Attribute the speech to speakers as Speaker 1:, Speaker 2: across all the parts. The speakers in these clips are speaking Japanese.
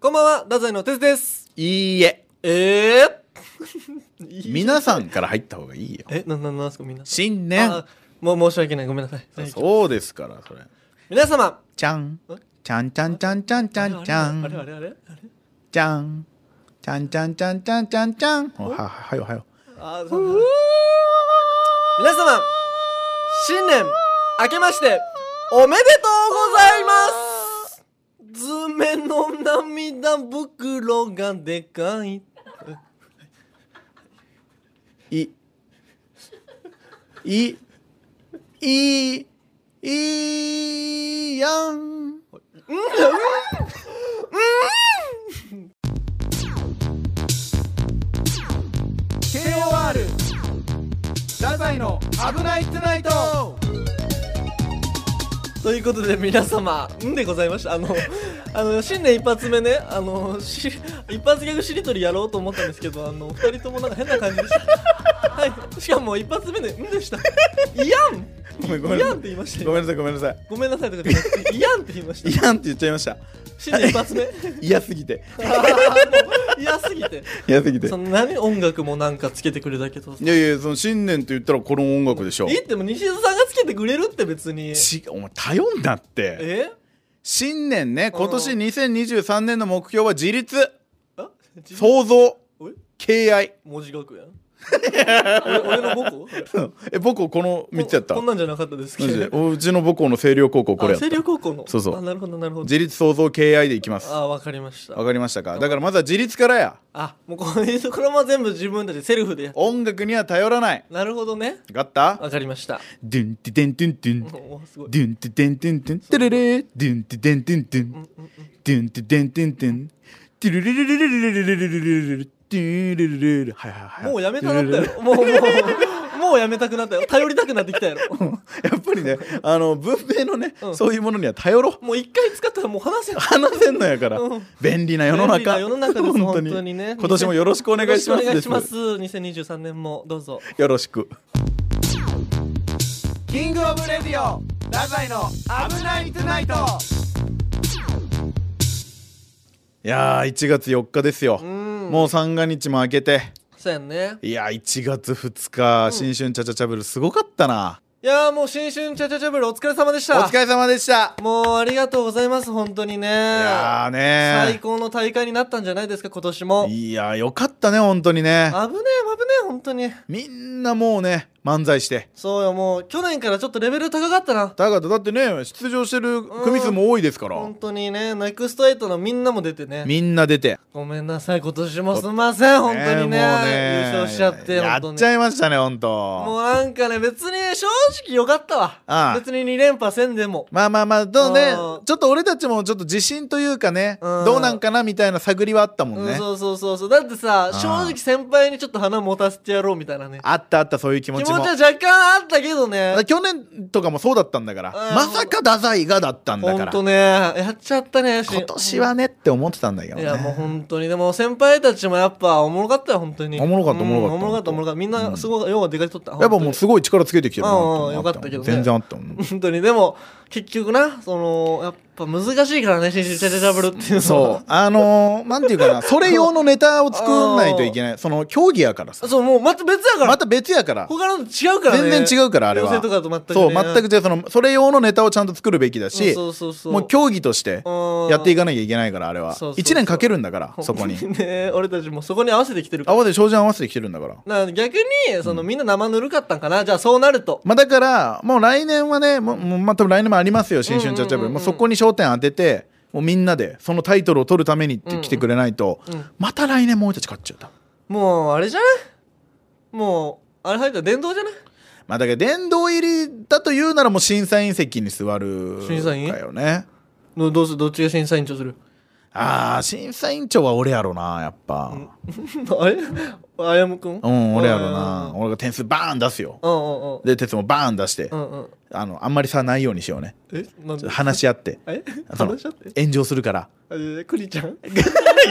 Speaker 1: こんばんは、太宰の哲です。
Speaker 2: いいえ。
Speaker 1: ええ
Speaker 2: 皆さんから入った方がいいよ。
Speaker 1: え、な、な、なんすか、みんな。
Speaker 2: 新
Speaker 1: あ
Speaker 2: 年。
Speaker 1: もう申し訳ない、ごめんなさい。
Speaker 2: そうですから、それ。
Speaker 1: 皆様。
Speaker 2: ちゃん
Speaker 1: え。
Speaker 2: ちゃんちゃんちゃんちゃんちゃんちゃ
Speaker 1: あれ、あ
Speaker 2: ん。
Speaker 1: れ、あれ、あれ。あれ
Speaker 2: ちゃん。ちゃんちゃんちゃんちゃんちゃんちゃん。おは、ははよはよ。
Speaker 1: あーそうだ皆様。新年。明けまして。おめでとうございます。ズメの涙袋がでかい。
Speaker 2: い。い。いい。いいやん。
Speaker 1: KOR
Speaker 2: ダザイの危ないトゥナイト。
Speaker 1: ということで皆様んでございましたあのあの新年一発目ねあのし一発ギャグしりとりやろうと思ったんですけどあの二人ともなんか変な感じでしたはいしかも一発目で「ん」でした「いやん」
Speaker 2: ごめん、ご
Speaker 1: 「
Speaker 2: め
Speaker 1: い
Speaker 2: ん
Speaker 1: や」
Speaker 2: なん
Speaker 1: っ
Speaker 2: さ
Speaker 1: て言いまし
Speaker 2: い。
Speaker 1: た
Speaker 2: ご
Speaker 1: よ
Speaker 2: めんなさい、ごめんなさい。
Speaker 1: ごめんなさいとかじゃなくて「いやん」って言いました
Speaker 2: いやんって言っちゃいました。
Speaker 1: 新年一発目
Speaker 2: 嫌すぎて。
Speaker 1: あーもう嫌すぎて
Speaker 2: 嫌すぎて
Speaker 1: そ。の何音楽もなんかつけてくるだけと
Speaker 2: いやいや、その新年と言ったらこの音楽でしょ。
Speaker 1: いいっても西津さんがつけてくれるって別に
Speaker 2: ちお前頼んだって
Speaker 1: え
Speaker 2: 新年ね今年
Speaker 1: うん
Speaker 2: 2023年の目標は自立
Speaker 1: あ
Speaker 2: 創造
Speaker 1: う
Speaker 2: 敬愛
Speaker 1: 文字学やん俺俺の母校
Speaker 2: え母校この3つやった
Speaker 1: こんなんじゃなかったですけ
Speaker 2: マジで
Speaker 1: ど。
Speaker 2: おうちの母校の星稜高校これ
Speaker 1: あ
Speaker 2: やった
Speaker 1: 星稜高校の。
Speaker 2: そうそう
Speaker 1: あ、なるほど、なるほど。
Speaker 2: 自立創造敬愛でいきます
Speaker 1: あ、わかりました
Speaker 2: わ。かりましたかだからまずは自立からや
Speaker 1: あ、もうこれ、これも全部自分たちでセルフでやっ
Speaker 2: 音楽には頼らない
Speaker 1: なるほどね。
Speaker 2: わかった
Speaker 1: わかりました。
Speaker 2: ドゥンティデンテンテン
Speaker 1: おおすごい。
Speaker 2: ドゥンティデンテンテンテレレドゥンティデンテンテン
Speaker 1: うんうん
Speaker 2: ドゥンティデンテンテンテレレレレレレレレレレレレドゥンレレレレレはいはいはい
Speaker 1: もうやめたなったよ。 もう、もう、もうやめたくなったよ。頼りたくなってきたやろ。
Speaker 2: やっぱりね、あの文明のね、
Speaker 1: うん
Speaker 2: そういうものには頼ろう。
Speaker 1: もう一回使ったらもう話せない。
Speaker 2: 話せんのやから、
Speaker 1: うん
Speaker 2: 便利な世の中。
Speaker 1: 便利な世の中です
Speaker 2: 本当
Speaker 1: 本当に
Speaker 2: に
Speaker 1: ね
Speaker 2: 今年もよろしくお願いします。
Speaker 1: よろしくお願いします。2023年もどうぞ。
Speaker 2: よろしく。
Speaker 1: キングオブレディオ
Speaker 2: ダザイの危ないトゥナイト。いやー、1月4日ですよ。
Speaker 1: ん
Speaker 2: もう三が日も明けて。
Speaker 1: そうやんね。
Speaker 2: いやー、1月2日、新春チャチャチャブルすごかったな。
Speaker 1: いやーもう新春チャチャチャブルお疲れ様でし
Speaker 2: お
Speaker 1: た。
Speaker 2: 疲れ様でした。
Speaker 1: もうありがとうございます、本当にね。い
Speaker 2: いやー
Speaker 1: 最
Speaker 2: ね
Speaker 1: 高の大会になったんじゃないですか今年も
Speaker 2: ー。
Speaker 1: 危ね
Speaker 2: いやー、よかったね、本当に
Speaker 1: え。
Speaker 2: ね
Speaker 1: 危ねえ本当に
Speaker 2: みんなもうね、漫才して。
Speaker 1: そうよもう去年からちょっとレベル高かったな
Speaker 2: だからだってね出場してる組数も多いですから
Speaker 1: 本当にねネクストエイトのみんなも出てね
Speaker 2: みんな出て
Speaker 1: ごめんなさい今年もすんません本当にね
Speaker 2: もうね
Speaker 1: 優勝しちゃって
Speaker 2: や
Speaker 1: 本当
Speaker 2: っ
Speaker 1: に
Speaker 2: ちゃいましたね本
Speaker 1: も
Speaker 2: 当
Speaker 1: うなんかね別に正直よかったわ
Speaker 2: ああ
Speaker 1: 別に2連覇せんでも
Speaker 2: まあまあまあどうね
Speaker 1: うん
Speaker 2: ちょっと俺たちもちょっと自信というかね
Speaker 1: うん
Speaker 2: どうなんかなみたいな探りはあったもん
Speaker 1: うん
Speaker 2: ね
Speaker 1: そうそうそうそうだってさ
Speaker 2: ああ
Speaker 1: 正直先輩にちょっと花持たせてやろうみたいなね
Speaker 2: あったあったそういう気
Speaker 1: 気
Speaker 2: 持
Speaker 1: 持
Speaker 2: ち
Speaker 1: ち
Speaker 2: も
Speaker 1: は若干あったけどね
Speaker 2: 去年とかもそうだったんだから
Speaker 1: うん
Speaker 2: まさか太宰がだったんだか
Speaker 1: 本
Speaker 2: ら
Speaker 1: 当ねやっちゃったねし
Speaker 2: 今年はねって思ってたんだけど
Speaker 1: いやもう
Speaker 2: ね
Speaker 1: 本当にでも先輩たちもやっぱおもろかったよ本当に
Speaker 2: おもろかった
Speaker 1: うん
Speaker 2: おもろかった
Speaker 1: おもろかったおもろかったみんなすごいようは出かけとった
Speaker 2: やっぱもうすごい力つけてきてるな
Speaker 1: うんうん
Speaker 2: て
Speaker 1: よかったけどね
Speaker 2: 全然あったも
Speaker 1: 本
Speaker 2: ん
Speaker 1: 当に本当にでも結局なそのやっぱ難しいからね新種チャチャチャブルっていうのは
Speaker 2: そう。あのー、なんていうかな、それ用のネタを作んないといけない。その、競技やからさ。
Speaker 1: そうもうまた別やから
Speaker 2: また別やから。
Speaker 1: 他のと違うからね
Speaker 2: 全然違うから、あれは。
Speaker 1: 寄せとかと全くね
Speaker 2: そう、全く違う。その、それ用のネタをちゃんと作るべきだし、
Speaker 1: そうそうそう
Speaker 2: もう競技として
Speaker 1: うん
Speaker 2: やっていかなきゃいけないから、あれは。
Speaker 1: そうそうそう
Speaker 2: 1年かけるんだから、そこに。
Speaker 1: ね俺たちもそこに合わせてきてるか
Speaker 2: 合わせて、照準合わせてきてるんだから。
Speaker 1: らな逆にそのみんな生ぬるかったんかなじゃあそうなると
Speaker 2: まあだから、もう来年はね、もう、もうまあ多分来年もありますよ、新春チャチャブ
Speaker 1: うんうんうんうん
Speaker 2: ル。もうそこに焦点当てて、もうみんなで、そのタイトルを取るためにって来てくれないと、
Speaker 1: うん
Speaker 2: また来年も俺たち勝っちゃうと。
Speaker 1: もうあれじゃないもうあれ入ったら電動じゃない
Speaker 2: まあだけど殿堂入りだと言うならもう審査員席に座る
Speaker 1: 審査員
Speaker 2: かよね
Speaker 1: どどうするどっちが審査委員長する
Speaker 2: ああ審査員長は俺やろなやっ ぱ
Speaker 1: あれあやむくん
Speaker 2: うん、俺やろな俺が点数バーン出すよ
Speaker 1: うんうんうん
Speaker 2: で哲もバーン出して、
Speaker 1: うんうん
Speaker 2: あのあんまり差ないようにしようね
Speaker 1: えなんで
Speaker 2: 話し合って
Speaker 1: え
Speaker 2: その
Speaker 1: 話しちゃって
Speaker 2: 炎上するから
Speaker 1: えクリちゃん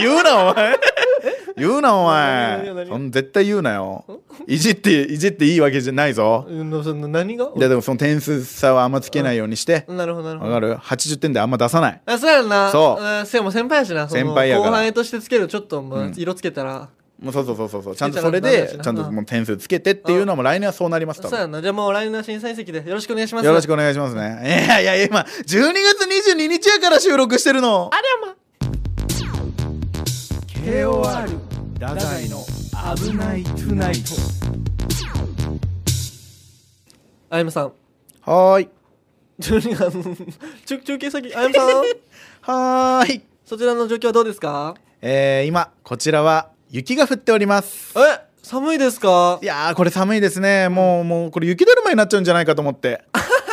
Speaker 2: 言うなお前 言うなお前
Speaker 1: 何が何が
Speaker 2: そん絶対言うなよいじっていじっていいわけじゃないぞ
Speaker 1: うんその何が
Speaker 2: いやでもその点数差はあんまつけないようにして
Speaker 1: なるほどなるほ
Speaker 2: わ
Speaker 1: ど
Speaker 2: かる80点であんま出さない
Speaker 1: あそうやんな
Speaker 2: そう
Speaker 1: うんせやもう先輩やしなその
Speaker 2: 先輩やから
Speaker 1: 後輩としてつけるちょっともう色つけたら、
Speaker 2: もうそうそうそうそうそうちゃん
Speaker 1: つ
Speaker 2: と
Speaker 1: け
Speaker 2: そ
Speaker 1: たら
Speaker 2: れ
Speaker 1: ダメだし
Speaker 2: で
Speaker 1: な
Speaker 2: ちゃんともう点数つけてっていうのも来年はそうなります
Speaker 1: そ
Speaker 2: 多
Speaker 1: う
Speaker 2: 分
Speaker 1: やんなじゃあもう来年の審査員席でよろしくお願いします
Speaker 2: よろしくお願いしますねいやいや今12月22日やから収録してるの
Speaker 1: あれはま
Speaker 2: KOR ダザイの危ないトゥナイト
Speaker 1: あやむさん
Speaker 2: はーい
Speaker 1: 12月 の中中継先あやむさん
Speaker 2: はーい
Speaker 1: そちらの状況はどうですか
Speaker 2: えー、今こちらは雪が降っております
Speaker 1: え寒いですか
Speaker 2: いやーこれ寒いですねもうもうこれ雪だるまになっちゃうんじゃないかと思って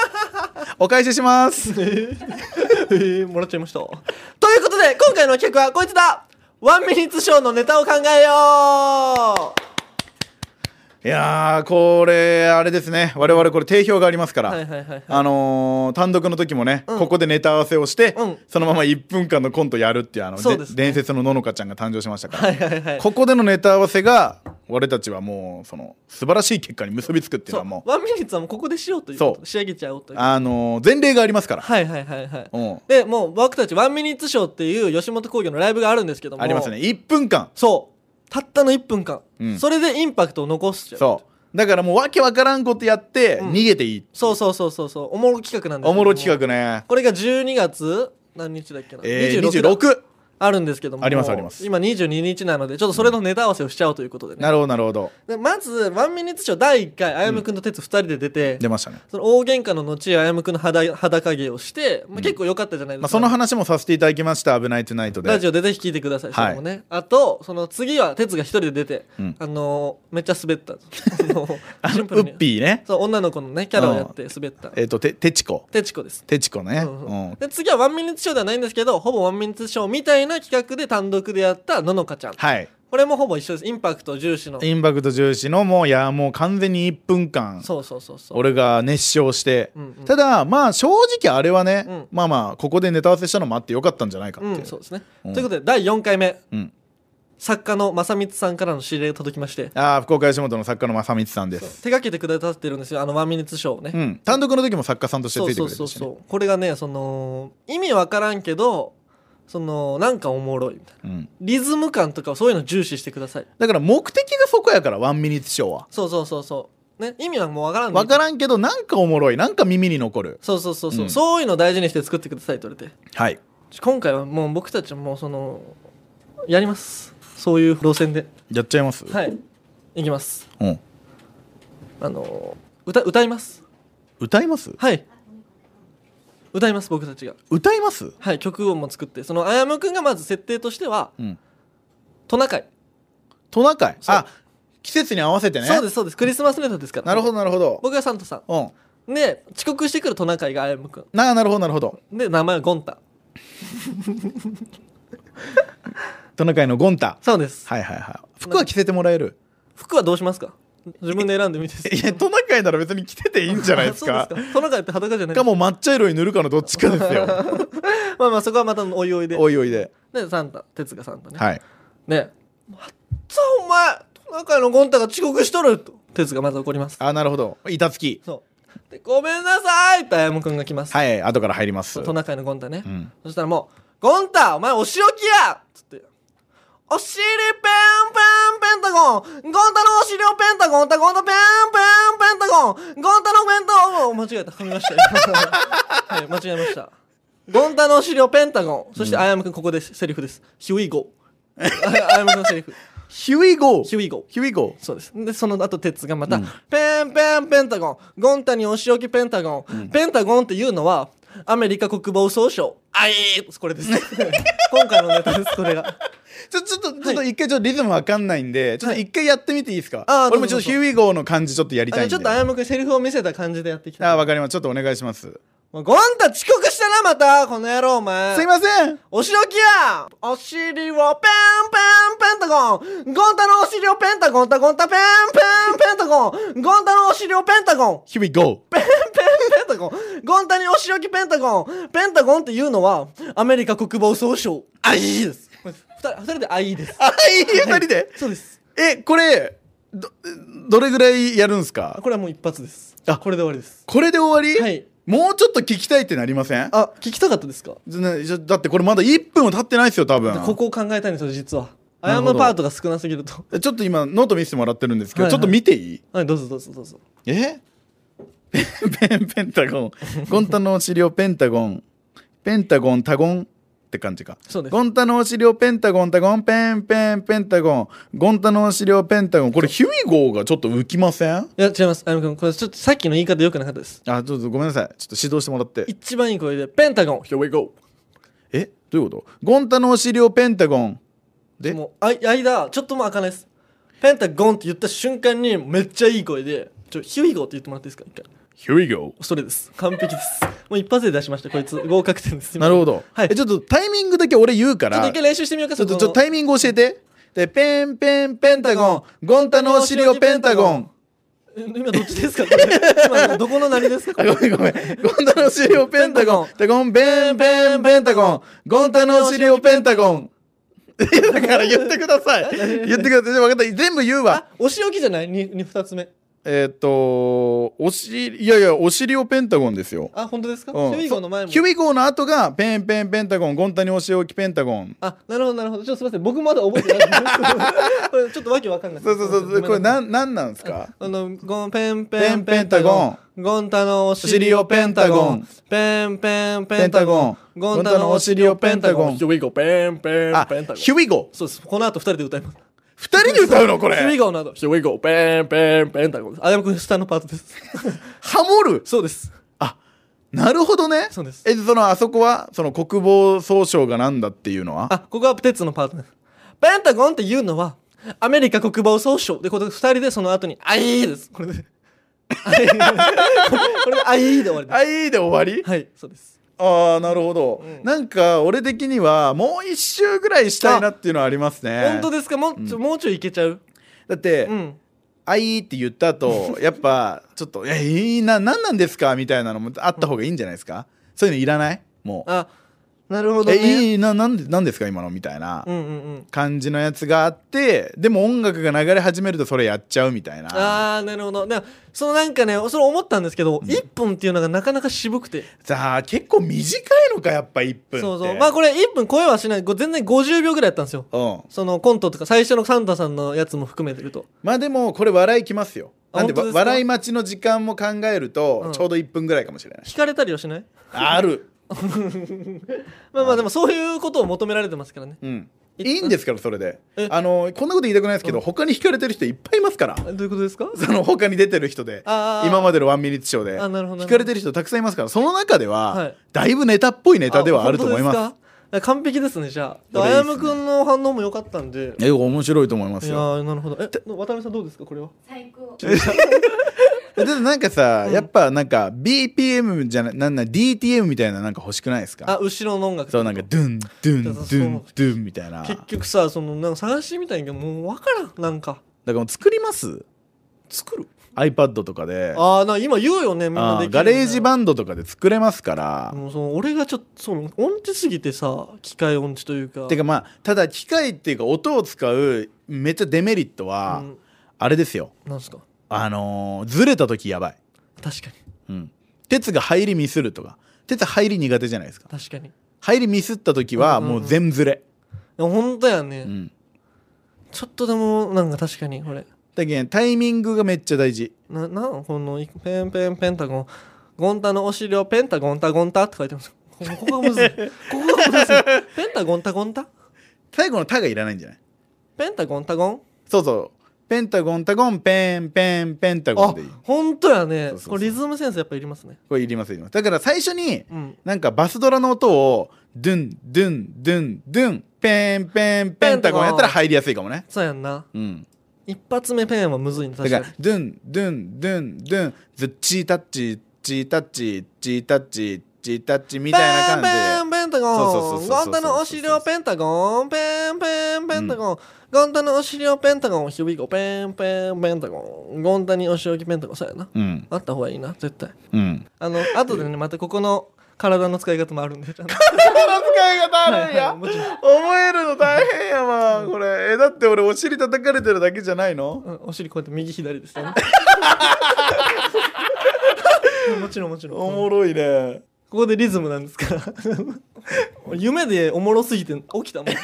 Speaker 2: お返しします
Speaker 1: えー、もらっちゃいました。ということで、今回の企画はこいつだワンミニッツショーのネタを考えよ
Speaker 2: いやーこれあれですね我々これ定評がありますから、
Speaker 1: うはいはいはいはい。
Speaker 2: あのー単独の時もね、
Speaker 1: うん
Speaker 2: ここでネタ合わせをして、
Speaker 1: うん
Speaker 2: そのまま1分間のコントやるっていうあの
Speaker 1: そうですね
Speaker 2: 伝説のののかちゃんが誕生しましたから、
Speaker 1: はいはいはい。
Speaker 2: ここでのネタ合わせが俺たちはもうその素晴らしい結果に結びつくっていう
Speaker 1: そ
Speaker 2: のはも
Speaker 1: う
Speaker 2: う
Speaker 1: ワンミニッツはもうここでしようということ
Speaker 2: そう
Speaker 1: 仕上げちゃおうという。
Speaker 2: あのー前例がありますから、
Speaker 1: はいはいはいはい。
Speaker 2: うん、
Speaker 1: で、もう僕たちワンミニッツショーっていう吉本興業のライブがあるんですけども。
Speaker 2: ありますね。1分間
Speaker 1: そう。たったの1分間。
Speaker 2: うん
Speaker 1: それでインパクトを残すじゃん。
Speaker 2: そうだからもうわけわからんことやって
Speaker 1: うん
Speaker 2: 逃げていい、
Speaker 1: そうそうそうそうそう。おもろ企画なんですけど
Speaker 2: おもろ企
Speaker 1: 画。
Speaker 2: 画ね
Speaker 1: これが12月何日だっけな、
Speaker 2: えー、
Speaker 1: 26だ
Speaker 2: 26,
Speaker 1: あるんですけども
Speaker 2: ありますあります
Speaker 1: 今22日なのでちょっとそれのネタ合わせをしちゃおうということでね、
Speaker 2: なるほどなるほど
Speaker 1: でまず「ワンミニッツショー」第1回あやむくんと哲2人で出て、
Speaker 2: 出ましたね、
Speaker 1: その大喧嘩の後あやむくんの裸裸芸をして、まあ、結構良かったじゃないで
Speaker 2: まあ、
Speaker 1: すか、
Speaker 2: その話もさせていただきました「危ないトゥナイトで」
Speaker 1: ラジオでぜひ聞いてください、
Speaker 2: はい
Speaker 1: それもねあとその次は哲が一人で出て、
Speaker 2: うん
Speaker 1: あのーめっちゃ滑 ったあの
Speaker 2: あ
Speaker 1: シ
Speaker 2: の
Speaker 1: ン
Speaker 2: ウ
Speaker 1: プルに
Speaker 2: ッピーね
Speaker 1: そう女の子のねキャラをやって滑った
Speaker 2: えっ、とててちこ
Speaker 1: てちこです
Speaker 2: てちこね、う
Speaker 1: うん
Speaker 2: ん
Speaker 1: で次はワンミニッツショーではないんですけどほぼワンミニッツショーみたいな企画で単独でやったののかちゃん
Speaker 2: はい
Speaker 1: これもほぼ一緒ですインパクト重視の
Speaker 2: インパクト重視のもういやもう完全に1分間
Speaker 1: そうそうそうそう
Speaker 2: 俺が熱唱して、
Speaker 1: うんうん
Speaker 2: ただまあ正直あれはね、
Speaker 1: うん
Speaker 2: まあまあここでネタ合わせしたのもあってよかったんじゃないかっていう、
Speaker 1: うんそうですね、
Speaker 2: うん
Speaker 1: ということで第4回目
Speaker 2: うん
Speaker 1: 作家の正光さんからの指令が届きまして
Speaker 2: ああ福岡吉本の作家の正光さんで
Speaker 1: 手
Speaker 2: す
Speaker 1: 掛けてくださってるんですよあのワンミニッツショーをね、
Speaker 2: うん、単独の時も作家さんとしてつ
Speaker 1: そう
Speaker 2: いて
Speaker 1: そ
Speaker 2: く
Speaker 1: うそう
Speaker 2: れてるし、
Speaker 1: そ
Speaker 2: ね
Speaker 1: うこれがねその意味わからんけどそのなんかおもろいみたいな
Speaker 2: うん、
Speaker 1: リズム感とかそういうの重視してください
Speaker 2: だから目的がそこやからワンミニッツショーは
Speaker 1: そうそうそうそうね意味はもうわからん
Speaker 2: 分からんけどなんかおもろいなんか耳に残る
Speaker 1: そうそうそうそう、
Speaker 2: うん
Speaker 1: そういうの大事にして作ってくださいと言われて
Speaker 2: はい
Speaker 1: 今回はもう僕たちもそのやりますそういう路線で
Speaker 2: やっちゃいます、
Speaker 1: はいいきます
Speaker 2: うん、
Speaker 1: あの歌歌います
Speaker 2: 歌います
Speaker 1: はい歌います僕たちが
Speaker 2: 歌います
Speaker 1: はい曲をも作ってそのあやむくんがまず設定としては
Speaker 2: うん
Speaker 1: トナカイ、
Speaker 2: トナカイ
Speaker 1: そう
Speaker 2: あ季節に合わせてね
Speaker 1: そうですそうですクリスマスネタですから
Speaker 2: なるほどなるほど
Speaker 1: 僕がサンタさ
Speaker 2: うん
Speaker 1: んで遅刻してくるトナカイがあやむくん
Speaker 2: ななるほどなるほど
Speaker 1: で名前はゴンタ
Speaker 2: トナカイのゴンタ
Speaker 1: そうです、
Speaker 2: はいはいはい服は着せてもらえる
Speaker 1: 服はどうしますか自分で選んでみて
Speaker 2: いやトナカイなら別に着てていいんじゃないです
Speaker 1: あ
Speaker 2: か
Speaker 1: そうですかトナカイって裸じゃない
Speaker 2: かもう抹茶色に塗るかのどっちかです よ
Speaker 1: まあまあそこはまたおいおいで
Speaker 2: おいおいで
Speaker 1: でサンタ哲がサンタね、
Speaker 2: はい
Speaker 1: ねさあお前トナカイのゴンタが遅刻しとると哲がまず怒ります
Speaker 2: あなるほど板付き
Speaker 1: そうでごめんなさいってあやむくんが来ます、
Speaker 2: はい後から入ります
Speaker 1: そうトナカイのゴンタね、
Speaker 2: うん
Speaker 1: そしたらもう「ゴンタお前お仕置きや!」っつって「お尻ペンペンペンタゴンゴンタのお尻をペンタゴンタゴンタペンペンペンタゴンゴンタのペンタゴン」間違えた噛みました、はい、間違えましたゴンタのお尻をペンタゴンそしてあやむくんここでセリフです「ヒュイゴ」ああやむくんのセリフ
Speaker 2: ヒュイ
Speaker 1: 「
Speaker 2: ゴ
Speaker 1: ヒ
Speaker 2: ー
Speaker 1: ュイゴ」
Speaker 2: ヒュイゴー
Speaker 1: そうです。で、その後、鉄がまた、ペンペンペンタゴン、ゴンタにお仕置きペンタゴン、ペンタゴンっていうのは、アメリカ国防総省、あいーこれです。 今回のネタです、これが。
Speaker 2: ちょちょっとちょっと一回ちょっとリズムわかんないんでちょっと一回やってみていいですか
Speaker 1: あーどうぞ
Speaker 2: 俺もちょっとヒュイゴーの感じちょっとやりたい
Speaker 1: あ
Speaker 2: ん
Speaker 1: ち
Speaker 2: で
Speaker 1: ょっとあやむくん、セリフを見せた感じでやってき
Speaker 2: あ
Speaker 1: た。
Speaker 2: ーわかりますちょっとお願いします
Speaker 1: もうゴンタ遅刻したな、またこの野郎、お前。
Speaker 2: すいません
Speaker 1: お仕置きやお尻をペンペンペンタゴンゴンタのお尻をペンタゴンタゴンタペンペンペンタゴンゴンタのお尻をペンタゴン
Speaker 2: ヒュイゴー
Speaker 1: ペンタゴンゴンタにお仕置きペンタゴンペンタゴンっていうのはアメリカ国防総省あいいです二人二人であいいです
Speaker 2: あいい二人で
Speaker 1: そうです
Speaker 2: えこれどどれぐらいやるんす
Speaker 1: あ
Speaker 2: か
Speaker 1: これはもう一発です
Speaker 2: あ
Speaker 1: これで終わりです
Speaker 2: これで終わり、
Speaker 1: はい
Speaker 2: もうちょっと聞きたいってなりません
Speaker 1: あ聞きたかったですか
Speaker 2: なちょだってこれまだ1分も経ってないですよ多分
Speaker 1: ここを考えたいんですよ実は
Speaker 2: な
Speaker 1: ア
Speaker 2: る
Speaker 1: ヤ
Speaker 2: ほど
Speaker 1: ムパートが少なすぎると
Speaker 2: ちょっと今ノート見せてもらってるんですけど、
Speaker 1: はいはい
Speaker 2: ちょっと見ていい
Speaker 1: はいどうぞどうぞどうぞ
Speaker 2: えペンペンペンタゴンゴンタのお尻をペンタゴンペンタゴンタゴンって感じか
Speaker 1: そうです
Speaker 2: ゴンタのお尻をペンタゴンタゴンペンペンペンタゴンゴンタのお尻をペンタゴンこれヒュイゴーがちょっと浮きませんあ
Speaker 1: いや違いますアヤム君これちょっとさっきの言い方良くなかったです
Speaker 2: ちょっとごめんなさいちょっと指導してもらって
Speaker 1: 一番いい声でペンタゴン
Speaker 2: Here we go えどういうことゴンタのお尻をペンタゴンで
Speaker 1: もうあい間ちょっとも開かないですペンタゴンって言った瞬間にめっちゃいい声でちょヒュイゴーって言ってもらっていいですか一回
Speaker 2: Here we go
Speaker 1: それです完璧ですもう一発で出しましたこいつ合格点です
Speaker 2: なるほど、
Speaker 1: はい
Speaker 2: えちょっとタイミングだけ俺言うか
Speaker 1: ちょっと
Speaker 2: ら
Speaker 1: 一回練習してみようか
Speaker 2: ちょっと
Speaker 1: そ
Speaker 2: ちょっと
Speaker 1: この
Speaker 2: タイミング教えて。で、ペンペンペンタゴン、ゴンタのお尻をペンタゴン。
Speaker 1: 今どっちですかこれ今どこの何ですか
Speaker 2: あ、ごめんごめん。ゴンタのお尻をペンタゴン、タゴンペンペンペンタゴン、ゴンタのお尻をペンタゴン。いやだから言ってください。 言ってください。分かった。全部言うわ。
Speaker 1: お仕置きじゃないにに二つ目
Speaker 2: えーっと、お尻、いやいや、お尻をペンタゴンですよ。
Speaker 1: あ本当ですか、
Speaker 2: うん
Speaker 1: ヒュイゴーの前も
Speaker 2: ヒュイゴーの後が、ペンペンペンタゴン、ゴンタにお尻をペンタゴン。
Speaker 1: あなるほどなるほどちょっとすみません僕まだ覚えてない これちょっとわけわかんない
Speaker 2: そうそうそうそう。これなんん、なんなんですか
Speaker 1: あのゴンペン
Speaker 2: ペ
Speaker 1: ペ
Speaker 2: ン
Speaker 1: ン
Speaker 2: ペ
Speaker 1: ペ
Speaker 2: ン
Speaker 1: ン
Speaker 2: タ
Speaker 1: タ
Speaker 2: ゴ
Speaker 1: ゴンゴンタのお
Speaker 2: 尻
Speaker 1: 尻
Speaker 2: を
Speaker 1: を
Speaker 2: ペ
Speaker 1: ペ
Speaker 2: ン
Speaker 1: ン
Speaker 2: タ
Speaker 1: タ
Speaker 2: ゴ
Speaker 1: ゴ
Speaker 2: ン
Speaker 1: ンペンペン
Speaker 2: ペ
Speaker 1: ペ
Speaker 2: ン
Speaker 1: ン
Speaker 2: タ
Speaker 1: タ
Speaker 2: ゴ
Speaker 1: ゴ
Speaker 2: ン
Speaker 1: ンゴンタのお尻をペンタゴン
Speaker 2: ヒ
Speaker 1: ュイゴーペンペ
Speaker 2: あ、ヒュイゴー。
Speaker 1: そうですこの後二人で歌います
Speaker 2: 二人で歌うのこれ。
Speaker 1: ヒュイゴーの後ヒュイゴーペンペンペンタゴンですあやむくん下のパートです
Speaker 2: ハモる
Speaker 1: そうです
Speaker 2: あなるほどね
Speaker 1: そうです
Speaker 2: えそのあそこはその国防総省がなんだっていうのは
Speaker 1: あここは鉄のパートナーペンタゴンっていうのはアメリカ国防総省でこれ2人でその後に「あいー」です これで「あいー」これで「あいー」で終わりで
Speaker 2: あいいで終わり
Speaker 1: すはいそうです
Speaker 2: ああなるほど、なんか俺的にはもう一周ぐらいしたいなっていうのはありますね
Speaker 1: 本当ですかもうちょもうちょいいけちゃう
Speaker 2: だって、
Speaker 1: うん
Speaker 2: あいーって言っ た後やっぱちょっと「えいいな何なんですか?」みたいなのもあった方がいいんじゃないですか、そういうのいらないもう
Speaker 1: あなるほ
Speaker 2: 「
Speaker 1: どね
Speaker 2: えいいななんでなんですか今の」みたいな
Speaker 1: うんうんうん
Speaker 2: 感じのやつがあってでも音楽が流れ始めるとそれやっちゃうみたいな
Speaker 1: あーなるほどでもそのなんかねそれ思ったんですけど、一1分っていうのがなかなか渋くて
Speaker 2: さあ結構短いのかやっぱ1分って
Speaker 1: そうそうまあこれ1分超えはしないこれ全然50秒ぐらいやったんですよ
Speaker 2: うん、
Speaker 1: そのコントとか最初のサンタさんのやつも含めてると
Speaker 2: まあでもこれ笑いきますよ
Speaker 1: あ
Speaker 2: なんで
Speaker 1: 本当ですか
Speaker 2: 笑い待ちの時間も考える
Speaker 1: う
Speaker 2: と
Speaker 1: ん
Speaker 2: ちょうど1分ぐらいかもしれない、
Speaker 1: 引かれたりはしない
Speaker 2: ある
Speaker 1: まあまあでもそういうことを求められてますからね。
Speaker 2: うん
Speaker 1: い
Speaker 2: いいんですからそれで
Speaker 1: え
Speaker 2: あのこんなこと言いたくないですけど、他に惹かれてる人いっぱいいますから
Speaker 1: あどういうことですか
Speaker 2: その他に出てる人で
Speaker 1: あー
Speaker 2: 今までのワンミニッツショーで
Speaker 1: あなるほどなるほど
Speaker 2: 惹かれてる人たくさんいますからその中では、
Speaker 1: はい
Speaker 2: だいぶネタっぽいネタではあると思います
Speaker 1: すか。完璧ですねじゃあ。
Speaker 2: こ
Speaker 1: あ
Speaker 2: れいいっ
Speaker 1: や
Speaker 2: すね
Speaker 1: むくんの反応も良かったんで。
Speaker 2: え面白いと思いま
Speaker 1: い
Speaker 2: す
Speaker 1: や
Speaker 2: よ
Speaker 1: ーなるほど。え渡辺さんどうですかこれは。
Speaker 3: 最高
Speaker 2: えでもなんかさ、
Speaker 1: うん
Speaker 2: やっぱなんか BPM じゃないなんなん DTM みたいななんか欲しくないですか
Speaker 1: あ後ろの音楽。
Speaker 2: そうなんかドゥンドゥンド
Speaker 1: そうそう
Speaker 2: ゥンドゥンみたいなだ
Speaker 1: 結
Speaker 2: か
Speaker 1: 局さそのなんか探してみたんやけどもうわからんなんから
Speaker 2: もう作ります
Speaker 1: 作る。
Speaker 2: iPad とかであ
Speaker 1: ああな今言うよねみんなでき
Speaker 2: ー
Speaker 1: る。
Speaker 2: ガレージ。バンドとかで作れますから
Speaker 1: もうその俺がちょっとその音痴すぎてさ機械音痴というか。
Speaker 2: てかまあただ機械っていうか音を使うめっちゃデメリットは
Speaker 1: うん
Speaker 2: あれですよ
Speaker 1: なんすか
Speaker 2: あのーずれた時やばい
Speaker 1: 確かに
Speaker 2: うん鉄が入りミスるとか鉄入り苦手じゃないですか
Speaker 1: 確かに。い
Speaker 2: 入りミスった時は
Speaker 1: うんうん
Speaker 2: も
Speaker 1: うん
Speaker 2: う全ずれ
Speaker 1: や本当やね、
Speaker 2: うん
Speaker 1: ちょっとでもなんか確かにこれ。
Speaker 2: だけどタイミングがめっちゃ大事
Speaker 1: な、なんこのい、ペンペンペンタゴン。ゴンタのお尻をペンタゴンタゴンタって書いてます。こここがむずい。ここがむずい。ペンタゴンタゴンタ
Speaker 2: 最後の「た」がいらないんじゃない
Speaker 1: ペンタゴンタゴン
Speaker 2: そうそうペンタゴンタゴンペンペンペンタゴン
Speaker 1: あ
Speaker 2: でいい、
Speaker 1: ほんとやね
Speaker 2: そうそうそう。
Speaker 1: これリズムセンスやっぱいりますね。
Speaker 2: これいりますいりますだから最初に
Speaker 1: うん。
Speaker 2: なんかバスドラの音をドゥンドゥンドゥンドゥンペンペンペンタゴンやったら入りやすいかもね
Speaker 1: そうやんな。
Speaker 2: うん
Speaker 1: 一発目ペンはむずいね、
Speaker 2: だ
Speaker 1: 確
Speaker 2: か
Speaker 1: からに。
Speaker 2: ドゥンドゥンドゥンドゥンズッチータッチチータッチチータッチチータッチみ
Speaker 1: ペ
Speaker 2: たい
Speaker 1: ン
Speaker 2: な
Speaker 1: ペ
Speaker 2: 感
Speaker 1: ンペンタ
Speaker 2: そう
Speaker 1: ゴ
Speaker 2: そうそ
Speaker 1: ン
Speaker 2: うそうそ
Speaker 1: ゴ
Speaker 2: う
Speaker 1: ンタのお尻をペンタゴンペンペンペンタゴンゴンタのお尻をペンタゴンヒュビゴペンペンペンタゴンゴンタにお尻置きペンタゴンそうやな
Speaker 2: じうん
Speaker 1: あった方がいいな絶対
Speaker 2: うん
Speaker 1: あの後でねまたここの体の使い方もあるんでちゃんと
Speaker 2: この使い方あるん
Speaker 1: はい
Speaker 2: や
Speaker 1: はいもちろん
Speaker 2: 覚えるの大変やえだって俺お尻叩かれてるだけじゃないの
Speaker 1: うんお尻こうやって右左ですよ ねもちろんもちろん
Speaker 2: お
Speaker 1: うんこ
Speaker 2: もろいね
Speaker 1: こでリズムなんですから 夢でおもろすぎて起きたも ん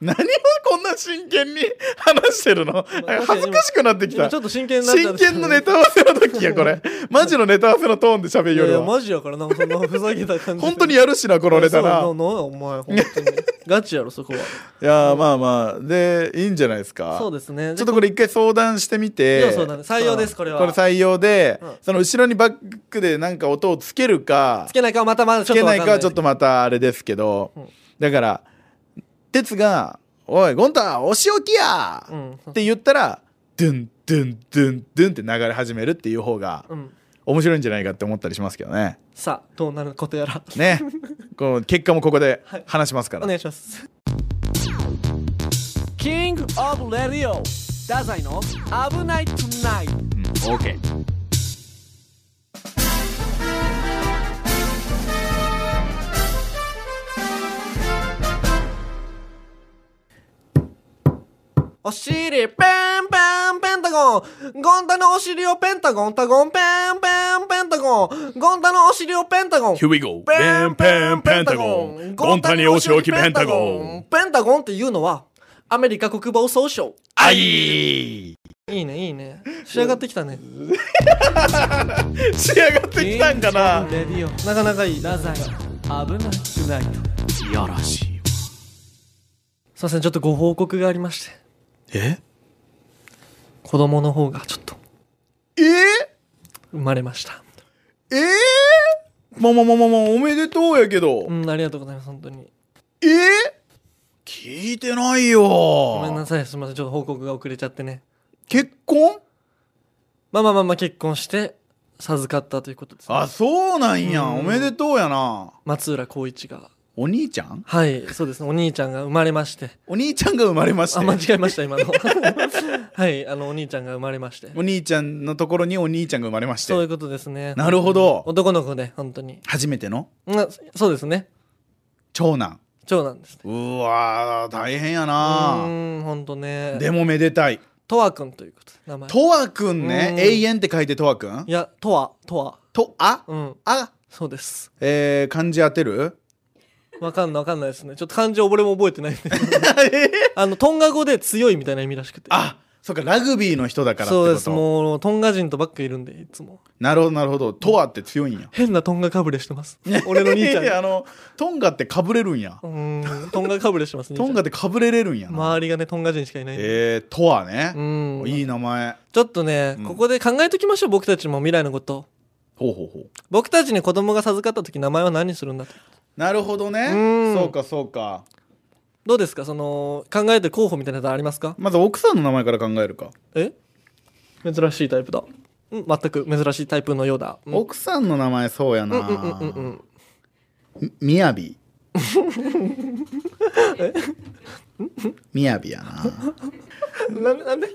Speaker 2: 何をこんな真剣に 話してるの
Speaker 1: まあ
Speaker 2: 恥ずかしくなってき
Speaker 1: 今
Speaker 2: た
Speaker 1: ちょっと真剣になっちゃ
Speaker 2: 真
Speaker 1: ったけど
Speaker 2: 剣のネタ合わせの時やこれマジのネタ合わせのトーンで喋る
Speaker 1: い
Speaker 2: よ
Speaker 1: やい
Speaker 2: り
Speaker 1: や
Speaker 2: は
Speaker 1: マジやからなんかそんなふざけた感じ
Speaker 2: 本当にやるしなこのネタ な
Speaker 1: そうななお前 本当にガチやろそこはい
Speaker 2: やーまあまあでいいんじゃないですか
Speaker 1: そうですね
Speaker 2: ちょっとこれ一回相談してみ
Speaker 1: い
Speaker 2: て
Speaker 1: やそうだね採用ですこれは
Speaker 2: これ採用で、
Speaker 1: うん
Speaker 2: その後ろにバックでなんか音をつけるか
Speaker 1: つけないかはまたまだち
Speaker 2: つ
Speaker 1: ょっ
Speaker 2: け
Speaker 1: とわ
Speaker 2: なんいかはちょっとまたあれですけど、
Speaker 1: うん
Speaker 2: だから哲が「おいゴンタお仕置きや
Speaker 1: う!」ん
Speaker 2: って言ったら「ドゥンドゥンドゥンドゥン」って流れ始めるっていう方が
Speaker 1: うん
Speaker 2: 面白いんじゃないかって思ったりしますけどね
Speaker 1: さあどうなることやら
Speaker 2: ねこの結果もここで話しますから、
Speaker 1: お願いしますキングオブレディオダザイの危ないトゥナイト
Speaker 2: うん、OK
Speaker 1: お尻ペンペンペンタゴンゴンタのお尻をペンタゴンタゴンペンペンペンタゴンゴンタのお尻をペンタゴン
Speaker 2: Here we go
Speaker 1: ペンペンペンタゴンゴンタにお仕置きペンタゴンペンタゴンっていうのはアメリカ国防総省
Speaker 2: あい
Speaker 1: いいねいいね仕上がってきたね
Speaker 2: 仕上がってきたんかな
Speaker 1: レディオなかなかいいダザイ危なくないと
Speaker 2: いやらしいわ
Speaker 1: すいませんちょっとご報告がありまして
Speaker 2: え
Speaker 1: 子供の方がちょっと
Speaker 2: え
Speaker 1: 生まれました
Speaker 2: ええまあまあまあまあまあおめでとうやけど、
Speaker 1: うんありがとうございます本当に
Speaker 2: え聞いてないよ
Speaker 1: ごめんなさいすいませんちょっと報告が遅れちゃってね
Speaker 2: 結婚
Speaker 1: まあまあまあまあ結婚して授かったということです、ね、
Speaker 2: あそうなんや、
Speaker 1: うん
Speaker 2: おめでとうやな
Speaker 1: 松浦光一が
Speaker 2: お兄ちゃん
Speaker 1: はいそうですねお兄ちゃんが生まれまして
Speaker 2: お兄ちゃんが生まれまし
Speaker 1: あ間
Speaker 2: て
Speaker 1: 違えました今の はいあのお兄ちゃんが生まれまして
Speaker 2: お兄ちゃんのところにお兄ちゃんが生まれまし
Speaker 1: そうい
Speaker 2: て
Speaker 1: うことですね
Speaker 2: なるほど
Speaker 1: 男の子で本当に
Speaker 2: 初めての
Speaker 1: うんそうですね
Speaker 2: 長男
Speaker 1: 長男ですね
Speaker 2: うわー大変や
Speaker 1: う
Speaker 2: な
Speaker 1: ーんほんとね
Speaker 2: でもめでたい
Speaker 1: とわくんということ名前
Speaker 2: とわくんね
Speaker 1: うん
Speaker 2: 永遠って書いてとわくん
Speaker 1: いやとわとわ
Speaker 2: とあ
Speaker 1: うん
Speaker 2: あ
Speaker 1: そうです
Speaker 2: えー、漢字当てる
Speaker 1: わかんないわかんないですねちょっと漢字俺も覚えてないん であのトンガ語で強いみたいな意味らしくて
Speaker 2: あそっかラグビーの人だからってこ
Speaker 1: そう
Speaker 2: と
Speaker 1: ですもうトンガ人とばっかいるんでいつも
Speaker 2: なるほどなるほどとわって強 いんや
Speaker 1: 変なトンガかぶれしてます 俺の兄ちゃん
Speaker 2: いや
Speaker 1: が
Speaker 2: あのトンガってかぶれるんや
Speaker 1: うーんトンガかぶれしてますね
Speaker 2: トンガってかぶれれるんやな、
Speaker 1: 周りがねトンガ人しかいないんで
Speaker 2: えー、とわね
Speaker 1: う、ん
Speaker 2: いい名前
Speaker 1: ちょっとね、
Speaker 2: うん
Speaker 1: ここで考えときましょう僕たちも未来のこと
Speaker 2: ほうほうほう
Speaker 1: 僕たちに子供が授かった時名前は何にするんだと
Speaker 2: なるほどね
Speaker 1: うん
Speaker 2: そうかそうか
Speaker 1: どうですかその考えてる候補みたいなのありますか
Speaker 2: まず奥さんの名前から考えるか、
Speaker 1: え珍しいタイプだうん全く珍しいタイプのようだうん
Speaker 2: 奥さんの名前そうやな
Speaker 1: うんうんうんうん
Speaker 2: みみ やびみやびやな
Speaker 1: うんなんでなんで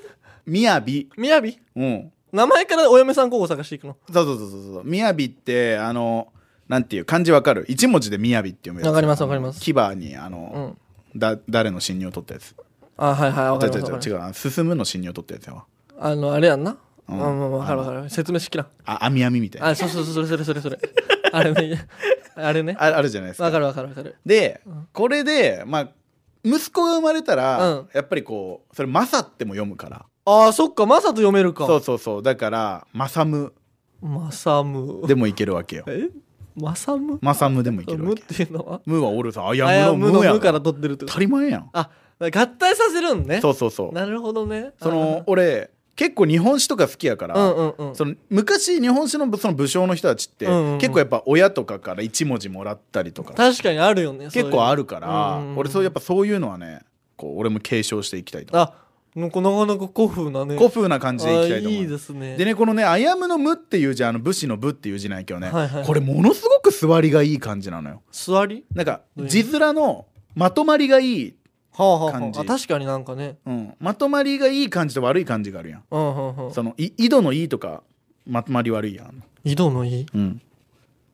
Speaker 2: みやび
Speaker 1: みやび
Speaker 2: うん
Speaker 1: 名前からお嫁さん候補探していくの
Speaker 2: そうそうそうそうそう。みやびって、あの、なんていう、漢字わかる一文字でみやびって読むやつ。
Speaker 1: わかりますわかります
Speaker 2: 牙に、あ
Speaker 1: う
Speaker 2: の、
Speaker 1: ん
Speaker 2: だ、誰の侵入を取ったやつ。
Speaker 1: あはいはいわか
Speaker 2: 違
Speaker 1: り
Speaker 2: う
Speaker 1: ます
Speaker 2: 違
Speaker 1: わ
Speaker 2: う
Speaker 1: かり
Speaker 2: 違う違う、進むの侵入を取ったやつやわ。
Speaker 1: ますあのあれやんな
Speaker 2: う
Speaker 1: うんんうんわかるわかる説明しきらん
Speaker 2: あ、あみあみみたいな。あ
Speaker 1: あそうそうそうそれそれそれそれあれ ねあれね
Speaker 2: あるじゃないです
Speaker 1: わか
Speaker 2: か。
Speaker 1: るわかるわかる
Speaker 2: で
Speaker 1: うん、
Speaker 2: これで、まあ、息子が生まれた
Speaker 1: う
Speaker 2: ら
Speaker 1: ん、
Speaker 2: やっぱりこう、それ、まさっても読むから。
Speaker 1: あーそっかマサと読めるか
Speaker 2: そうそうそう。だから、まさむ
Speaker 1: マサム。
Speaker 2: でもいけるわけよ
Speaker 1: えマサム
Speaker 2: まさむでもいける
Speaker 1: ム
Speaker 2: わ
Speaker 1: っ
Speaker 2: け。
Speaker 1: ていうのは
Speaker 2: むはおるさ、あ
Speaker 1: あ
Speaker 2: や
Speaker 1: や
Speaker 2: む
Speaker 1: む
Speaker 2: の
Speaker 1: の
Speaker 2: むや
Speaker 1: むか
Speaker 2: から
Speaker 1: 取ってるってこと
Speaker 2: 当たり前やん。
Speaker 1: あ合体させるんね
Speaker 2: そうそうそう。
Speaker 1: なるほどね
Speaker 2: その、俺、結構日本史とか好きやか
Speaker 1: あ
Speaker 2: ら、
Speaker 1: ーうんうんうん
Speaker 2: その昔日本史のその武将の人たちって、
Speaker 1: うんうんうん
Speaker 2: 結構やっぱ親とかから一文字もらったりとか
Speaker 1: 確かにあるよね
Speaker 2: 結構あ
Speaker 1: る
Speaker 2: るから、
Speaker 1: うんうんうん
Speaker 2: 俺そうやっぱそういうのはねこう俺も継承していきたいと
Speaker 1: あなんかなかなか古風なね
Speaker 2: 古風な感じでいきたいと思
Speaker 1: あーいういですね
Speaker 2: でねこのね「あやむの無」っていう字あの武士の武っていう字なんやけどね、
Speaker 1: はいはい
Speaker 2: これものすごく座りがいい感じなのよ
Speaker 1: 座り
Speaker 2: なんか
Speaker 1: うん
Speaker 2: 字面のまとまりがいい、
Speaker 1: はあはあは
Speaker 2: 感
Speaker 1: あ
Speaker 2: じ
Speaker 1: あ確かになんかね
Speaker 2: うん、まとまりがいい感じと悪い感じがあるやん
Speaker 1: うんうんうん
Speaker 2: そのい井戸の「いい」とかまとまり悪いやん、
Speaker 1: 井戸のいい
Speaker 2: うん、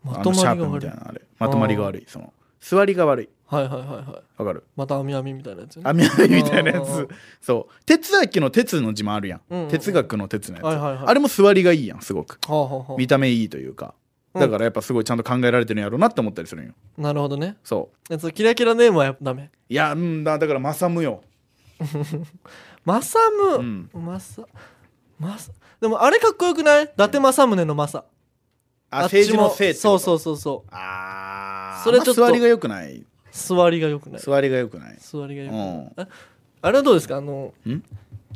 Speaker 1: まとまり
Speaker 2: あのシャ
Speaker 1: が
Speaker 2: ープみ
Speaker 1: 悪い
Speaker 2: たいなあれまとまりが悪いその座りが悪い
Speaker 1: はいはいはいはい
Speaker 2: わかる
Speaker 1: また網網みたいなやつね
Speaker 2: 網網みたいなや
Speaker 1: うんうんうん
Speaker 2: つそう哲学の哲の字もあるやん,、
Speaker 1: うんうんうん
Speaker 2: 哲学の哲のやつ、
Speaker 1: はいはいはい
Speaker 2: あれも座りがいいやんすごく
Speaker 1: はあはあは
Speaker 2: 見た目いいというか
Speaker 1: うん
Speaker 2: だからやっぱすごいちゃんと考えられてるんやろうなって思ったりするんよ
Speaker 1: あなるほどね
Speaker 2: そう
Speaker 1: えそうキラキラネームはやっぱダメ
Speaker 2: いやうんだだからマサムよ
Speaker 1: マサ
Speaker 2: う
Speaker 1: ム
Speaker 2: ん
Speaker 1: マサマサでもあれかっこよくない伊達政宗のマサ
Speaker 2: あ
Speaker 1: っちも
Speaker 2: 政治のせいって
Speaker 1: そうそううそうそう
Speaker 2: あー
Speaker 1: それちょっと
Speaker 2: まあ座りが良くない
Speaker 1: 座りがよくない
Speaker 2: 座りが良くない
Speaker 1: 座りがよく
Speaker 2: う
Speaker 1: ない
Speaker 2: ん
Speaker 1: ああれはどうですかあの
Speaker 2: ん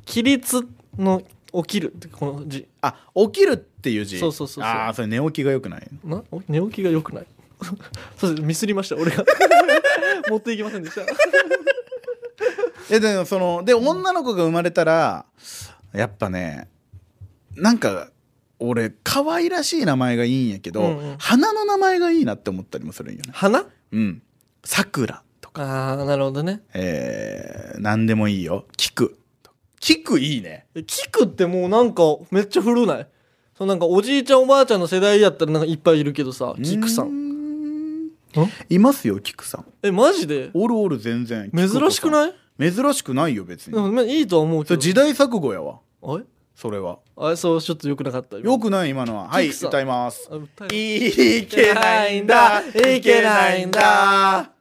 Speaker 1: 起立の起きるってこの字
Speaker 2: あ起きるっていう字
Speaker 1: そうそうそうそう
Speaker 2: ああそれ寝起きが良くない
Speaker 1: なお寝起きがよくない そうですミスりました俺 が持っていきませんでした
Speaker 2: えでもそので女の子が生まれたらやっぱねなんか俺可愛らしい名前がいいんやけど、
Speaker 1: うんうん
Speaker 2: 花の名前がいいなって思ったりもするんよね
Speaker 1: 花
Speaker 2: うんさくらとか
Speaker 1: ああなるほどね
Speaker 2: えー、何でもいいよ菊菊いいね
Speaker 1: えキクってもうなんかめっちゃ古ないそうなんかおじいちゃんおばあちゃんの世代やったらなんかいっぱいいるけどさキクさん
Speaker 2: ん
Speaker 1: ん
Speaker 2: いますよ菊さん
Speaker 1: えマジで
Speaker 2: おるおる全然
Speaker 1: 珍しく
Speaker 2: い
Speaker 1: ない
Speaker 2: 珍しくないよ別
Speaker 1: で
Speaker 2: に
Speaker 1: もまあいいとは思う
Speaker 2: そ
Speaker 1: け
Speaker 2: れ
Speaker 1: ど
Speaker 2: 時代錯誤やわ
Speaker 1: あれ
Speaker 2: それは
Speaker 1: あれそうちょっとよくなかった
Speaker 2: よくない今のははい
Speaker 1: 菊さん
Speaker 2: 歌います
Speaker 1: あ歌えない
Speaker 2: い
Speaker 1: けないんだいけないんだ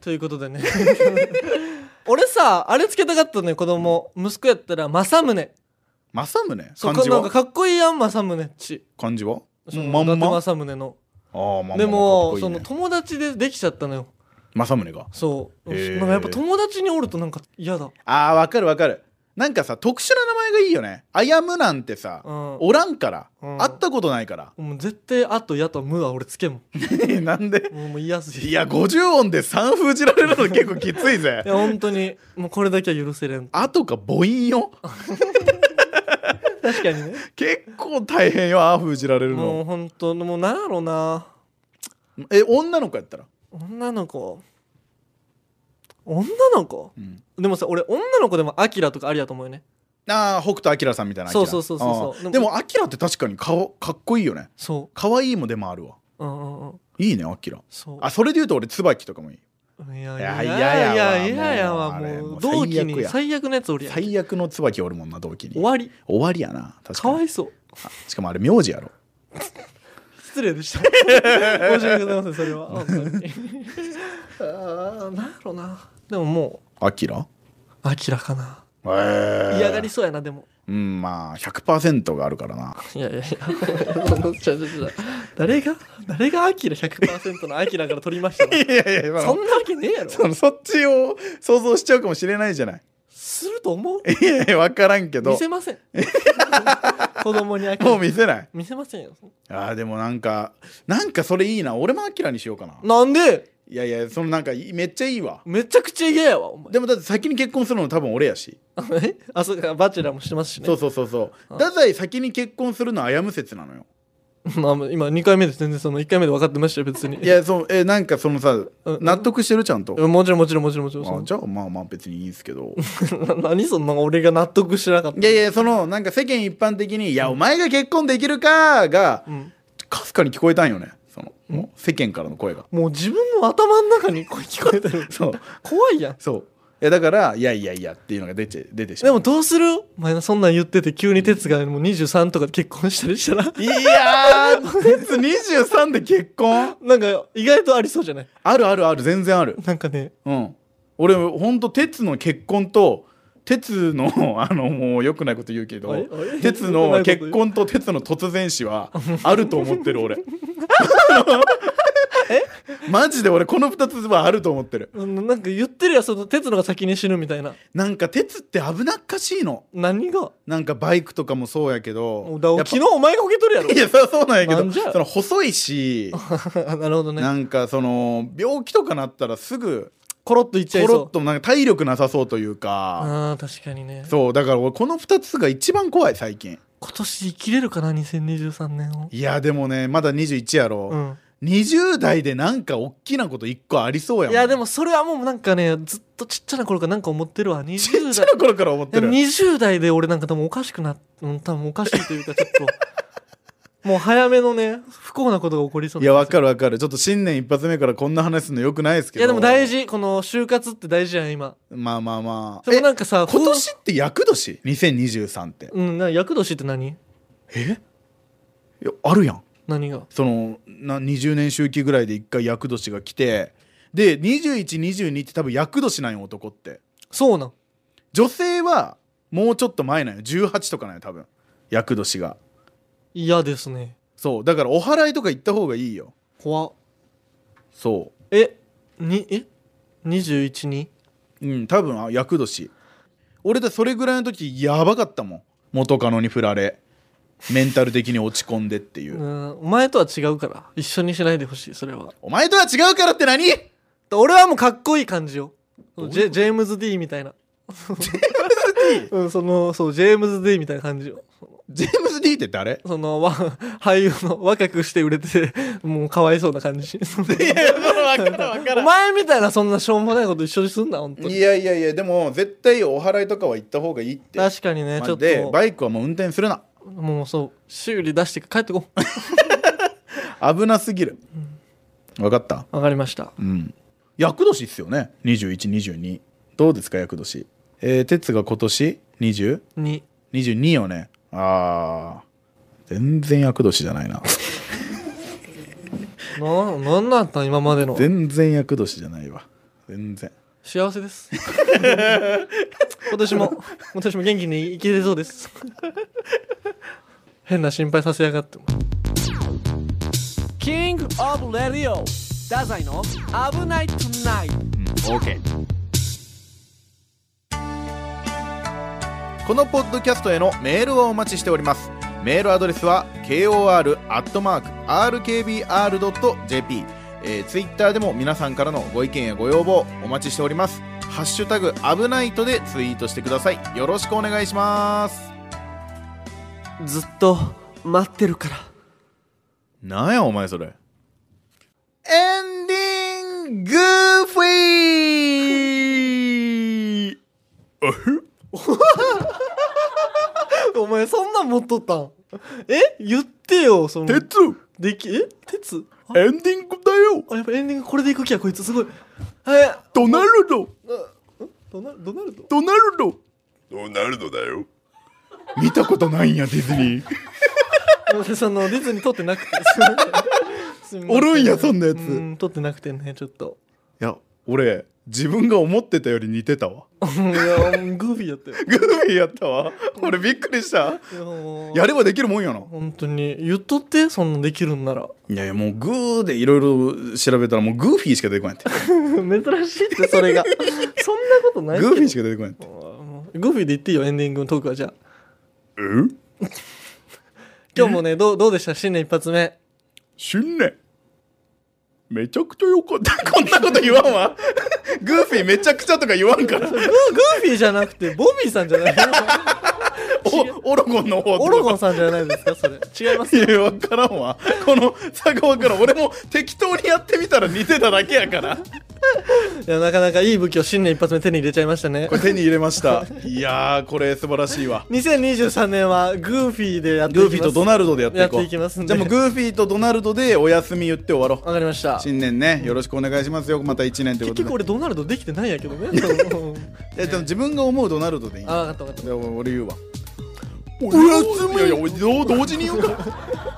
Speaker 1: ということで ね俺さあれつけたかったのよ子供息子やったら政宗
Speaker 2: 政宗
Speaker 1: そ
Speaker 2: 漢
Speaker 1: こ
Speaker 2: 字
Speaker 1: なんか
Speaker 2: は
Speaker 1: かっこいいやん政宗っち
Speaker 2: 漢字は
Speaker 1: その
Speaker 2: まん
Speaker 1: 伊達
Speaker 2: まあ
Speaker 1: 政宗の
Speaker 2: あまんま
Speaker 1: でも
Speaker 2: かっこいい
Speaker 1: そ
Speaker 2: ね
Speaker 1: の友達でできちゃったのよ
Speaker 2: 政宗が
Speaker 1: そう
Speaker 2: へー
Speaker 1: なんかやっぱ友達におるとなんか嫌だ
Speaker 2: あーわかるわかるなんかさ特殊な名前がいいよねあやむなんてさ
Speaker 1: うん
Speaker 2: おらんから
Speaker 1: うん
Speaker 2: 会ったことないから
Speaker 1: もう絶対あとやとむは俺つけんも
Speaker 2: なんで
Speaker 1: んもうもう嫌すぎ
Speaker 2: いや50音で3封じられるの結構きつい ぜ
Speaker 1: いや本当にもうこれだけは許せれん
Speaker 2: あとか母音よ
Speaker 1: 確かに ね
Speaker 2: 結構大変よあー封じられる
Speaker 1: もう
Speaker 2: の
Speaker 1: 本当もうなんやろうな
Speaker 2: え女の子やったら
Speaker 1: 女の子女の子
Speaker 2: うん
Speaker 1: でもさ俺女の子でもアキラとかありやと思うよね
Speaker 2: ああ北斗晶さんみたいな
Speaker 1: そうそうそうそうそう
Speaker 2: あーでも晶って確かに顔かっこいいよね
Speaker 1: そ
Speaker 2: 可愛いもでもあるわ
Speaker 1: ううんうんうん
Speaker 2: いいね晶
Speaker 1: そう
Speaker 2: あそれで言うと俺椿とかもいい
Speaker 1: いやいや
Speaker 2: やい
Speaker 1: い
Speaker 2: や
Speaker 1: や
Speaker 2: い
Speaker 1: い
Speaker 2: や
Speaker 1: やいやは
Speaker 2: もうあれ
Speaker 1: も
Speaker 2: もう
Speaker 1: う同期
Speaker 2: 最悪
Speaker 1: に
Speaker 2: や
Speaker 1: 最悪のやつおりやん
Speaker 2: 最悪の椿おるもんな同期に
Speaker 1: 終わり
Speaker 2: 終わりやな確
Speaker 1: か
Speaker 2: か
Speaker 1: わ
Speaker 2: に
Speaker 1: いそう
Speaker 2: しかもあれ名字やろ
Speaker 1: 失礼でした申し訳ございませんそれは本当にああなんやろなでもも
Speaker 2: アキラ
Speaker 1: うアキラかな
Speaker 2: えー
Speaker 1: 嫌がりそうやなでも
Speaker 2: うんまあ100%があるか らない
Speaker 1: やいやいやちょちょちょ誰が誰がアキラ100%のアキラから取りましたの
Speaker 2: いやいや
Speaker 1: そんなわけねえやろ
Speaker 2: そのそっちを想像しちゃうかもしれないじゃない
Speaker 1: すると思う
Speaker 2: いやい や分からんけど
Speaker 1: 見せません子供にアキ
Speaker 2: もう
Speaker 1: ラ
Speaker 2: 見せない
Speaker 1: 見せませんよ
Speaker 2: あーでもなんかなんかそれいいな俺もアキラにしようかな
Speaker 1: なんで
Speaker 2: いやいやそのなんかいめっちゃいいわ
Speaker 1: めちゃくちゃ嫌やわお前
Speaker 2: でもだって先に結婚するの多分俺やし、
Speaker 1: えあそうかバチェラーもしてますしね
Speaker 2: そうそうそうそう太宰先に結婚するのは危む説なのよ
Speaker 1: まあ今2回目で全然その1回目で分かってましたよ別に
Speaker 2: いやそうえなんかそのさ
Speaker 1: うん
Speaker 2: 納得してるちゃんと、
Speaker 1: もちろんもちろんもちろんもちろん
Speaker 2: あ
Speaker 1: そ
Speaker 2: じゃあまあまあ別にいいんですけど
Speaker 1: の何そん な俺が納得してなかった
Speaker 2: いやいやそのなんか世間一般的に「いやお前が結婚できるか」が
Speaker 1: うん
Speaker 2: かすかに聞こえたんよねその、もう世間からの声が
Speaker 1: もう自分の頭の中に声聞こえて る
Speaker 2: そう
Speaker 1: 怖いやん
Speaker 2: そういやだから「いやいやいや」っていうのが出て出てしま
Speaker 1: で
Speaker 2: う
Speaker 1: もどうするお前そんなん言ってて急に哲がもう23とかで結婚したりしたら
Speaker 2: いやー別23で結婚
Speaker 1: なんか意外とありそうじゃない
Speaker 2: あるあるある全然ある
Speaker 1: なんかね
Speaker 2: うん俺ほんと鉄の結婚と鉄の あのもう良くないこと言うけど
Speaker 1: あれあれ
Speaker 2: 鉄の結婚と鉄の突然死はあると思ってる 俺えマジで俺この2つはあると思ってる
Speaker 1: うんなんか言ってるやんその哲のが先に死ぬみたいな
Speaker 2: なんか鉄って危なっかしいの
Speaker 1: 何が
Speaker 2: なんかバイクとかもそうやけど
Speaker 1: もうだ
Speaker 2: やっぱ
Speaker 1: 昨日お前がこけとるやろ
Speaker 2: いやそうそうなんやけ
Speaker 1: な
Speaker 2: ど
Speaker 1: んじゃ
Speaker 2: その細いし、
Speaker 1: あなるほどね
Speaker 2: なんかその病気とかなったらすぐ
Speaker 1: コロッといっちゃい
Speaker 2: コ
Speaker 1: そ
Speaker 2: ロッ
Speaker 1: う
Speaker 2: となんか体力なさそうというか、
Speaker 1: あー確かにね
Speaker 2: そうだから俺この2つが一番怖い最近
Speaker 1: 今年生きれるかな2023年を
Speaker 2: いやでもねまだ21や
Speaker 1: う
Speaker 2: ろ、
Speaker 1: ん
Speaker 2: 20代でなんか大きなこと1個ありそうやもん
Speaker 1: いやでもそれはもうなんかねずっとちっちゃな頃からなんか思ってるわ
Speaker 2: ちっ
Speaker 1: 20
Speaker 2: ちゃ
Speaker 1: 代
Speaker 2: な頃から思って
Speaker 1: でも
Speaker 2: る
Speaker 1: 20代で俺なんか多分おかしくなっうん多分おかしいというかちょっと もう早めのね不幸なことが起こりそう
Speaker 2: い
Speaker 1: な
Speaker 2: や
Speaker 1: ん
Speaker 2: わ
Speaker 1: ですよ
Speaker 2: かるわかるちょっと新年一発目からこんな話するのよくないですけ
Speaker 1: い
Speaker 2: ど
Speaker 1: やでも大事この就活って大事やん今
Speaker 2: まあまあまあ
Speaker 1: でもなん
Speaker 2: か
Speaker 1: かさ
Speaker 2: 今年って厄年2023って
Speaker 1: うんな厄年って何
Speaker 2: えいやあるやん
Speaker 1: 何が
Speaker 2: そのな20年周期ぐらいで一回厄年が来てで2122って多分厄年なんよ男って
Speaker 1: そうなん
Speaker 2: 女性はもうちょっと前なんよ18とかなんよ多分厄年が
Speaker 1: 嫌ですね
Speaker 2: そうだからお祓いとか行った方がいいよ
Speaker 1: 怖っ
Speaker 2: そ
Speaker 1: えにえ21に
Speaker 2: ううん多分あ厄年俺だそれぐらいの時やばかったもん元カノに振られメンタル的に落ち込んでっていう、
Speaker 1: うんお前とは違うから一緒にしないでほしいそれは
Speaker 2: お前とは違うからって何ジェ
Speaker 1: 俺はもうかっこいい感じよ
Speaker 2: どういうこと
Speaker 1: ジェジェームズ・ディーみたいなうん、そのそうジェームズ・ディーみたいな感じよ
Speaker 2: ジェームズ・ディーって誰
Speaker 1: そのわ俳優の若くして売れてもうかわいそうな感じ
Speaker 2: 分から分か
Speaker 1: お前みたいなそんなしょうもないこと一緒にすんな本当
Speaker 2: い
Speaker 1: に
Speaker 2: やいやいやでも絶対お祓いとかは行った方がいいって
Speaker 1: 確かにね
Speaker 2: まあ
Speaker 1: ちょっ
Speaker 2: で
Speaker 1: と
Speaker 2: バイクはもう運転するな
Speaker 1: もうそう修理出して帰ってこ
Speaker 2: 危なすぎる、分かった
Speaker 1: わかりました
Speaker 2: うん厄年っすよね2122どうですか厄年えー、哲が今年2022
Speaker 1: 2
Speaker 2: よねあー全然厄年じゃないな
Speaker 1: ななんなんだったん今までの
Speaker 2: 全然厄年じゃないわ全然
Speaker 1: 幸せです 今年も今年も元気に生きれそうです 変な心配させやがってキングオブレディオダザイの危ないトゥナイト
Speaker 2: オーケーこのポッドキャストへのメールをお待ちしておりますメールアドレスは kor.rkbr.jp えー、ツイッターでも皆さんからのご意見やご要望お待ちしております「ハッシュタグ危ないと」でツイートしてくださいよろしくお願いします
Speaker 1: ずっと待ってるから
Speaker 2: なんやお前それエンディンググーフィー
Speaker 1: お前そんなん持っとったんえ言ってよその
Speaker 2: 鉄
Speaker 1: できえ鉄あ
Speaker 2: エンディングだよ
Speaker 1: あやっぱエンディングこれでいく気やこいつすごいえ
Speaker 2: ドナルド
Speaker 1: ドナドナルド
Speaker 2: ドナルド
Speaker 3: ドナルドだよ。
Speaker 2: 見たことないんやディズニー
Speaker 1: そのディズ ニー撮ってなくてすみませ
Speaker 2: おるんやそんなやつ
Speaker 1: うん撮ってなくてねちょっと
Speaker 2: いや俺自分が思ってたより似てたわ
Speaker 1: いやもうグーフィーやったよ
Speaker 2: グーフィーやったわ俺びっくりした
Speaker 1: いやもう
Speaker 2: やればできるもんやな
Speaker 1: 本当に言っとってそんなんできるんなら
Speaker 2: いやいやもうグーでいろいろ調べたらもうグーフィーしか出てこないって
Speaker 1: 珍しいってそれ がそんなことないけど
Speaker 2: グーフィーしか出てこないって
Speaker 1: あもうグーフィーで言っていいよエンディングのトークはじゃあ
Speaker 2: え
Speaker 1: 今日もねどうどうでした新年一発目
Speaker 2: 新年めちゃくちゃよかった こんなこと言わんわグーフィーめちゃくちゃとか言わん から
Speaker 1: グーグーフィーじゃなくてボビーさんじゃ ない
Speaker 2: おオロゴンの方
Speaker 1: オロゴンさんじゃないですかそれ違います
Speaker 2: いや分からんわこの差が分からん俺も適当にやってみたら似てただけやから
Speaker 1: いやなかなかいい武器を新年一発目手に入れちゃいましたね
Speaker 2: これ手に入れました いやーこれ素晴らしいわ
Speaker 1: 2023年はグーフィーでやっていきま
Speaker 2: グー
Speaker 1: す
Speaker 2: フィーとドナルドでやっていこ
Speaker 1: や
Speaker 2: う
Speaker 1: っていきますんで
Speaker 2: じゃあもうグーフィーとドナルドでお休み言って終わろ
Speaker 1: わかりました
Speaker 2: う新年ねよろしくお願いしますよまた1年とい
Speaker 1: 結
Speaker 2: うこと
Speaker 1: 局
Speaker 2: で
Speaker 1: 俺ドナルドできてないやけど ねうん
Speaker 2: えでも自分が思うドナルドでいい
Speaker 1: あ分かった分かった
Speaker 2: じゃあ俺言うわおやすみいやいや俺どう同時に言うか